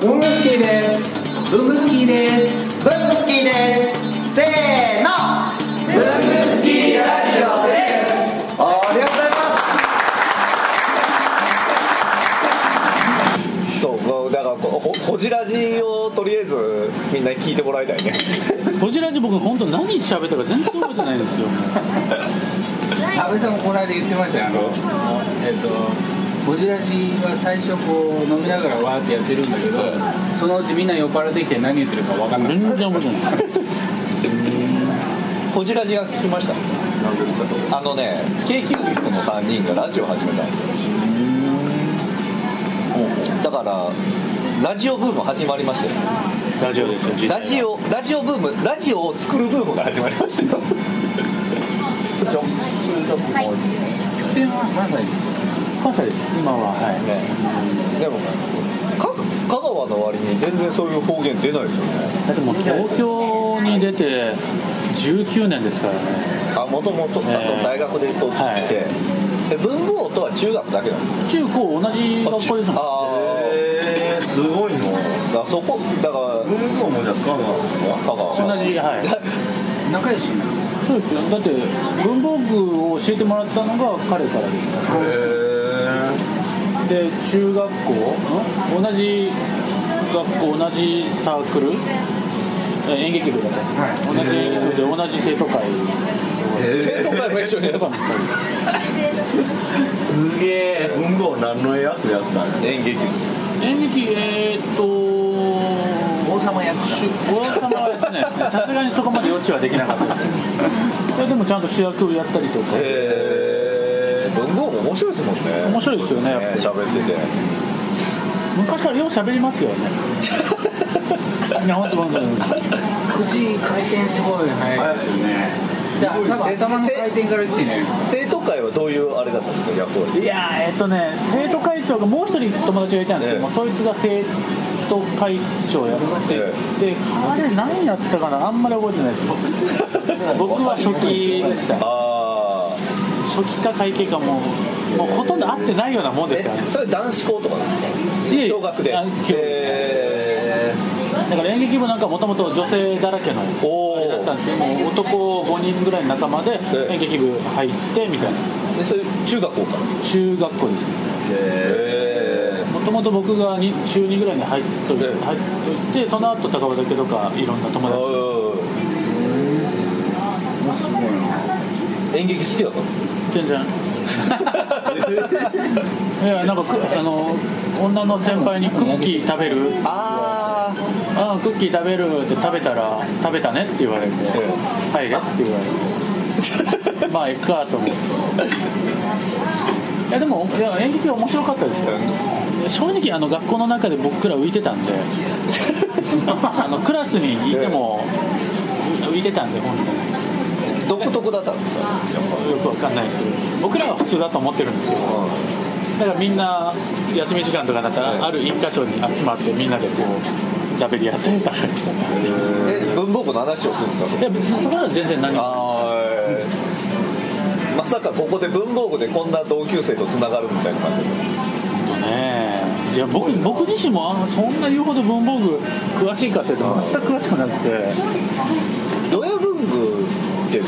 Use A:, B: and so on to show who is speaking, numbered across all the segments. A: 文具好きです文具好きです文具好きですせーの文具好きラジオですありがとうござい
B: そうもうだからこほほじラジをとりあえずみんなに聞いてもらいたいね
C: こじらじ僕本当何喋ったか全然覚えてないんですよ
A: ます安倍さんもこの間言ってましたよあのえっ、とゴジラジは最初こう飲みながらわーってやってるんだけどそのうちみんな酔っ払ってきて何言ってるか分かんない
C: 全然覚えてない
B: ほじラジが聞きました
D: 何ですかそれ
B: あのね k q b i c の3人がラジオ始めたんですよだからラジオブーム始まりましたよ
C: ラジオですよ時代は
B: ラジオラジオブームラジオを作るブームが始まりましたよち
A: 拠
B: ょ
A: 点は何歳です
C: 関西です今ははい
B: ねでもか香川の割に全然そういう方言出ないですよね
C: だってもう東京に出て19年ですからね
B: あもともと
C: えー
B: 大学でそうしてて、え文豪とは中学だけなんです
C: 中高同じ学校ですもん
B: あ
D: えー、すごいの
B: ーだからそこだから
D: 文豪もじゃあ香川ですか
B: 香川
C: 同じはい
A: 仲良しな
C: そうですよだって文房具を教えてもらったのが彼からですか
D: へえ
C: らで中学校ん同じ学校同じサークルえ演劇部だね、
A: はい
C: 同じ部で同じ生徒会
B: 生徒会も一緒にやっ
C: と
B: た
C: か
B: の
C: も
D: すげえ文豪何の役やったんや
B: 演劇
C: 演劇えー、っと
A: 王様役者
C: 王様はやってないですねさすがにそこまで余地はできなかっ たですいやでもちゃんと主役をやったりとか
B: へえ文豪も面白いですもんね
C: 面白いですよねやっぱ
B: ね喋ってて
C: 昔からよう喋りますよ ねいや本当本当本当
A: 口回転すごい
D: 早
A: 早
D: い
A: い
D: ですよね
A: 多分頭の回転から言ってんじゃないですか
B: 生徒会はどういうあれだったんですか役割
C: いやーえっとね生徒会長がもう一人友達がいたんですけども、
B: ええ
C: そいつが生徒会長やって、
B: え
C: で彼何やったかなあんまり覚えてないです僕僕は初期でした
B: あ
C: 初期か会計かもうもうほとんど会ってないようなもん
B: あ
C: ですからね
B: それ男子校とかなんです
C: いえいえ
B: か共学で
C: あ共学
B: へ
C: だから演劇部なんかもともと女性だらけの
B: ーお
C: あれだったん
B: お
C: ですけどもう男5人ぐらいの仲間で
B: ええ
C: 演劇部入ってみたいな
B: それ中学校から
C: 中学校ですね
B: へ
C: もともと僕がに中2ぐらいに入っといて
B: ええ
C: 入っといてその後高尾岳とかいろんな友達
B: え
A: すごいな
B: 演劇好きだったんです
C: 全然 いやなんかくあの女の先輩にクッキー食べる
B: あ
C: ああクッキー食べるって食べたら食べたねって言われ
B: え
C: て入れって言わ れてまあいっかと思っていやでもいや演劇は面白かったですよ正直あの学校の中で僕ら浮いてたんで あのクラスにいても浮いてたんで本当に
B: 独特だったんですか
C: よくわかんないですけど僕らは普通だと思ってるんですけどだからみんな休み時間とかになった
B: はい
C: らある一箇所に集まってみんなでこう喋り合ったりとか
B: え文房具の話をするんですか
C: いや別にそこは全然何も
B: ああまさかここで文房具でこんな同級生とつながるみたいな感じ
C: ねえいや僕僕自身もあそんな言うほど文房具詳しいかっていうと全く詳しくなくて
B: ドヤ文具っていう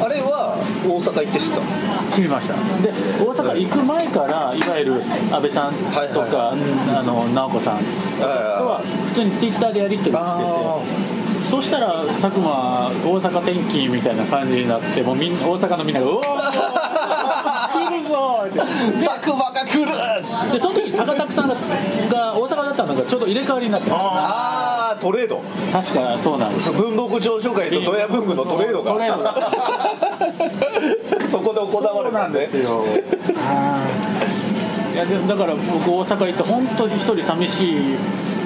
B: あれは大阪行って知ったんですか
C: 知りましたで大阪行く前からいわゆる安倍さん
B: はい
C: とか、あの直子さんとは普通にツイッターでやり取りしてて
B: あ
C: そうしたら佐久間大阪転勤みたいな感じになってもうみん大阪のみんなが「うおー来るぞ!」っ
B: ー佐久間が来る
C: てでその時高田さんがが大阪だったのがちょうど入れ替わりになって
B: ああトレード
C: 確かそうなんです
B: 文房具上昇会とドヤ文具のトレードが
C: トレードが
B: そこで行われたんで
C: よいやでもだから僕大阪行って本当に一人寂し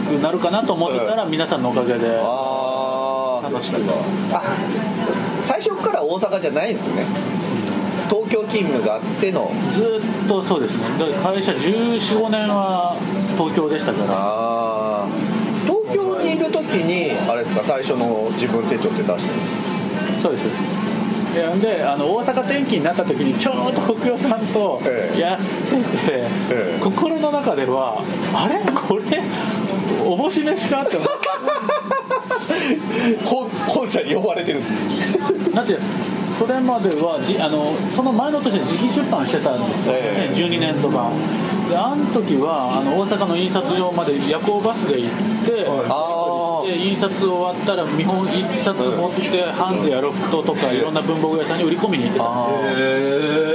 C: くなるかなと思ってたら皆さんのおかげで
B: あ
C: 楽しく
B: ああ最初から大阪じゃないんですね東京勤務があっての
C: ずーっとそうですねだから会社1415年は東京でしたから
B: ああ東京にいる時にあれですか最初の自分手帳って出してる
C: そうですいやであの大阪転勤になった時にちょうど北陽さんと
B: ええ
C: やってて、
B: ええ
C: 心の中ではあれこれおぼし飯かって思う
B: 本本社に呼ばれてる
C: だってそれまではじあのその前の年で自費出版してたんですよ、
B: ええ
C: 2012年とかであの時はあの大阪の印刷所まで夜行バスで行って、
B: あ
C: で印刷終わったら見本一冊持って、ハンズやロフトとかいろんな文房具屋さんに売り込みに行ってた
B: あ
D: へえ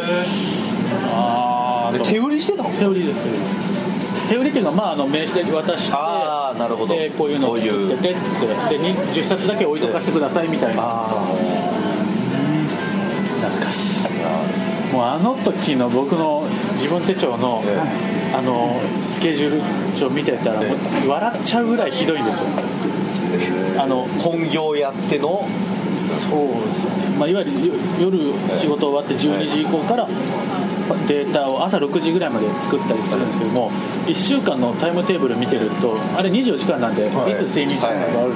C: あーと
B: 手売りしてたの
C: 手売りです手売りっていうか、まあ、あの名刺で渡して
B: ああなるほど
C: でこういうの
B: こ
C: を
B: う
C: 作
B: い
C: っ
B: う
C: ててってでに10冊だけ置いとかしてくださいみたいな
B: あ
C: 懐かしいもうあの時の僕の自分手帳の、
B: え
C: あのスケジュール帳見てたらもう笑っちゃうぐらいひどいんですよあの
B: あ本業やっての
C: そうですね、まあ、いわゆるよ夜仕事終わって12時以降からデータを朝6時ぐらいまで作ったりするんですけども1週間のタイムテーブル見てるとあれ24時間なんでい
B: い
C: つ睡眠したのかある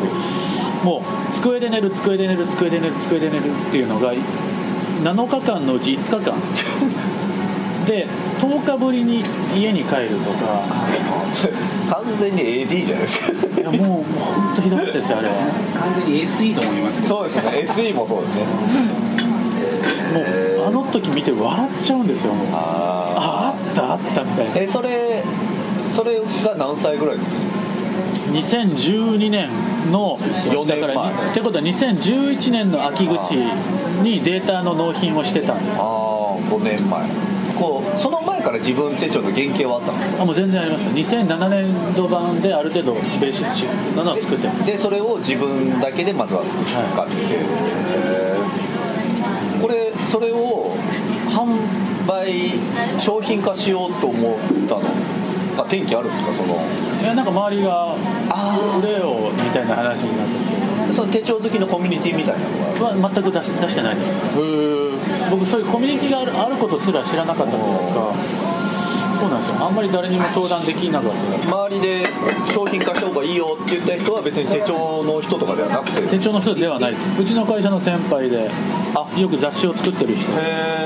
C: もう机で寝る机で寝る机で寝る机で寝るっていうのが7日間のうち5日間で10日ぶりに家に帰るとか
B: それ完全に AD じゃないですか
C: いやもうもう本当ひどかったですよあれは。
A: 完全に SE と思いますけど
B: そうですね SE もそうですね
C: もうあの時見て笑っちゃうんですよもう
B: あ
C: ああったあったみたいな
B: あえそれそれが何歳ぐらいです
C: 2012年の
B: 4年前
C: だからにってことは2011年の秋口にデータの納品をしてたんで
B: ああ5年前こうその前から自分手帳の原型はあったんですか
C: あもう全然ありますよ2007年度版である程度ベーシックなのを作ってます
B: でそれを自分だけでまずは作ったっていう、これそれを販売商品化しようと思ったのあ天気あるんですかその
C: いやなんか周りが
B: あ
C: 「売れよ」みたいな話になって
B: その手帳好きのコミュニティみたいなのが
C: は全く出し出してないです僕そういうコミュニティがあるあることすら知らなかったというかそうなんですよあんまり誰にも相談できなかった
B: 周りで商品化した方がいいよって言った人は別に手帳の人とかではなくて
C: 店長の人ではないですうちの会社の先輩で
B: あ
C: よく雑誌を作ってる人
B: へ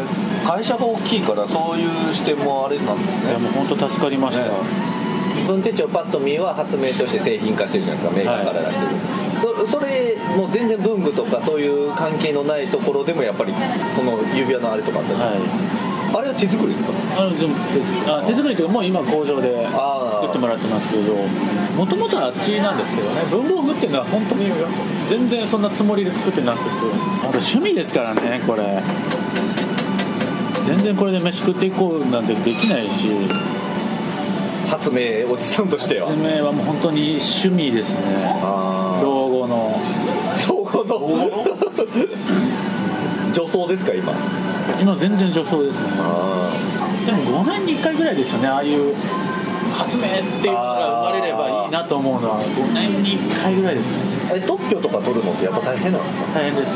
B: ー会社が大きいからそういう視点もあれなんです
C: いや
B: ね
C: もう本当助かりました、
B: ね自分手帳パッと見は発明として製品化してるじゃないですかメーカーから出してる、そそれもう全然文具とかそういう関係のないところでもやっぱりその指輪のあれとかあったじゃないです
C: はい
B: か、あれは手作りですか
C: あの全部手作りあ手作りというかもう今工場で
B: あー
C: 作ってもらってますけどもともとはあっちなんですけどね文房具っていうのは本当に全然そんなつもりで作ってなくてあと趣味ですからねこれ全然これで飯食っていこうなんてできないし
B: 発明おじさんとしては
C: 説明はもう本当に趣味ですね
B: あ
C: 老後の
B: あどこの 女装ですか今
C: 今全然女装ですね
B: あ
C: でも5年に1回ぐらいですよねああいう発明っていうのが生まれればいいなと思うのは5年に1回ぐらいですね
B: あれ特許とか取るのってやっぱ大変なんですか
C: 大変です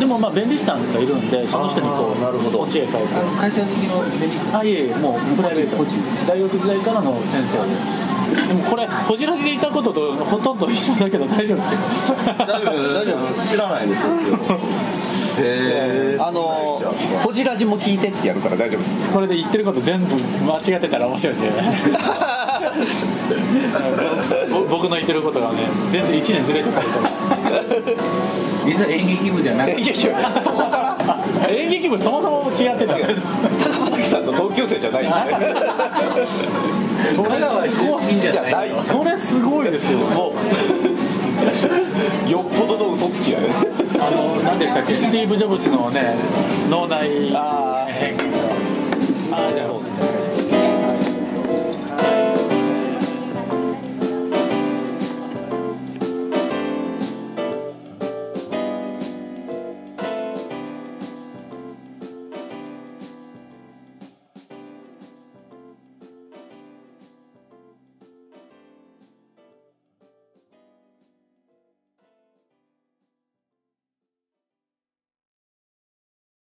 C: でもまあ弁理士さんがいるんでその人にこ
B: あ
C: う
B: ーなるほど
C: こっちへ帰って
A: あの会社好きのベニス
C: あいえいえもうプライベート
A: 個人
C: 大学時代からの先生ででもこれこじらしでいたこととほとんど一緒だけど大丈夫ですよ
B: 大丈夫大丈夫
D: 知らない ですよへえ
B: あの「こじらじも聞いて」ってやるから大丈夫です
C: これで言ってること全部間違ってたら面白いですよねぼ僕の言ってることがね全然1年ずれてたりとか
A: 実は演劇部じゃなくて
B: いやいやそこから
C: 演劇部そもそも違ってた
B: 高畑さんの同級生じゃないんで
A: 香川出身じゃない
B: ないよ
C: それすごいですよ
B: もうよっぽどの嘘つきやね
C: あの何でしたっけスティーブ・ジョブズのね脳内
B: あ
C: 変化ああじゃあ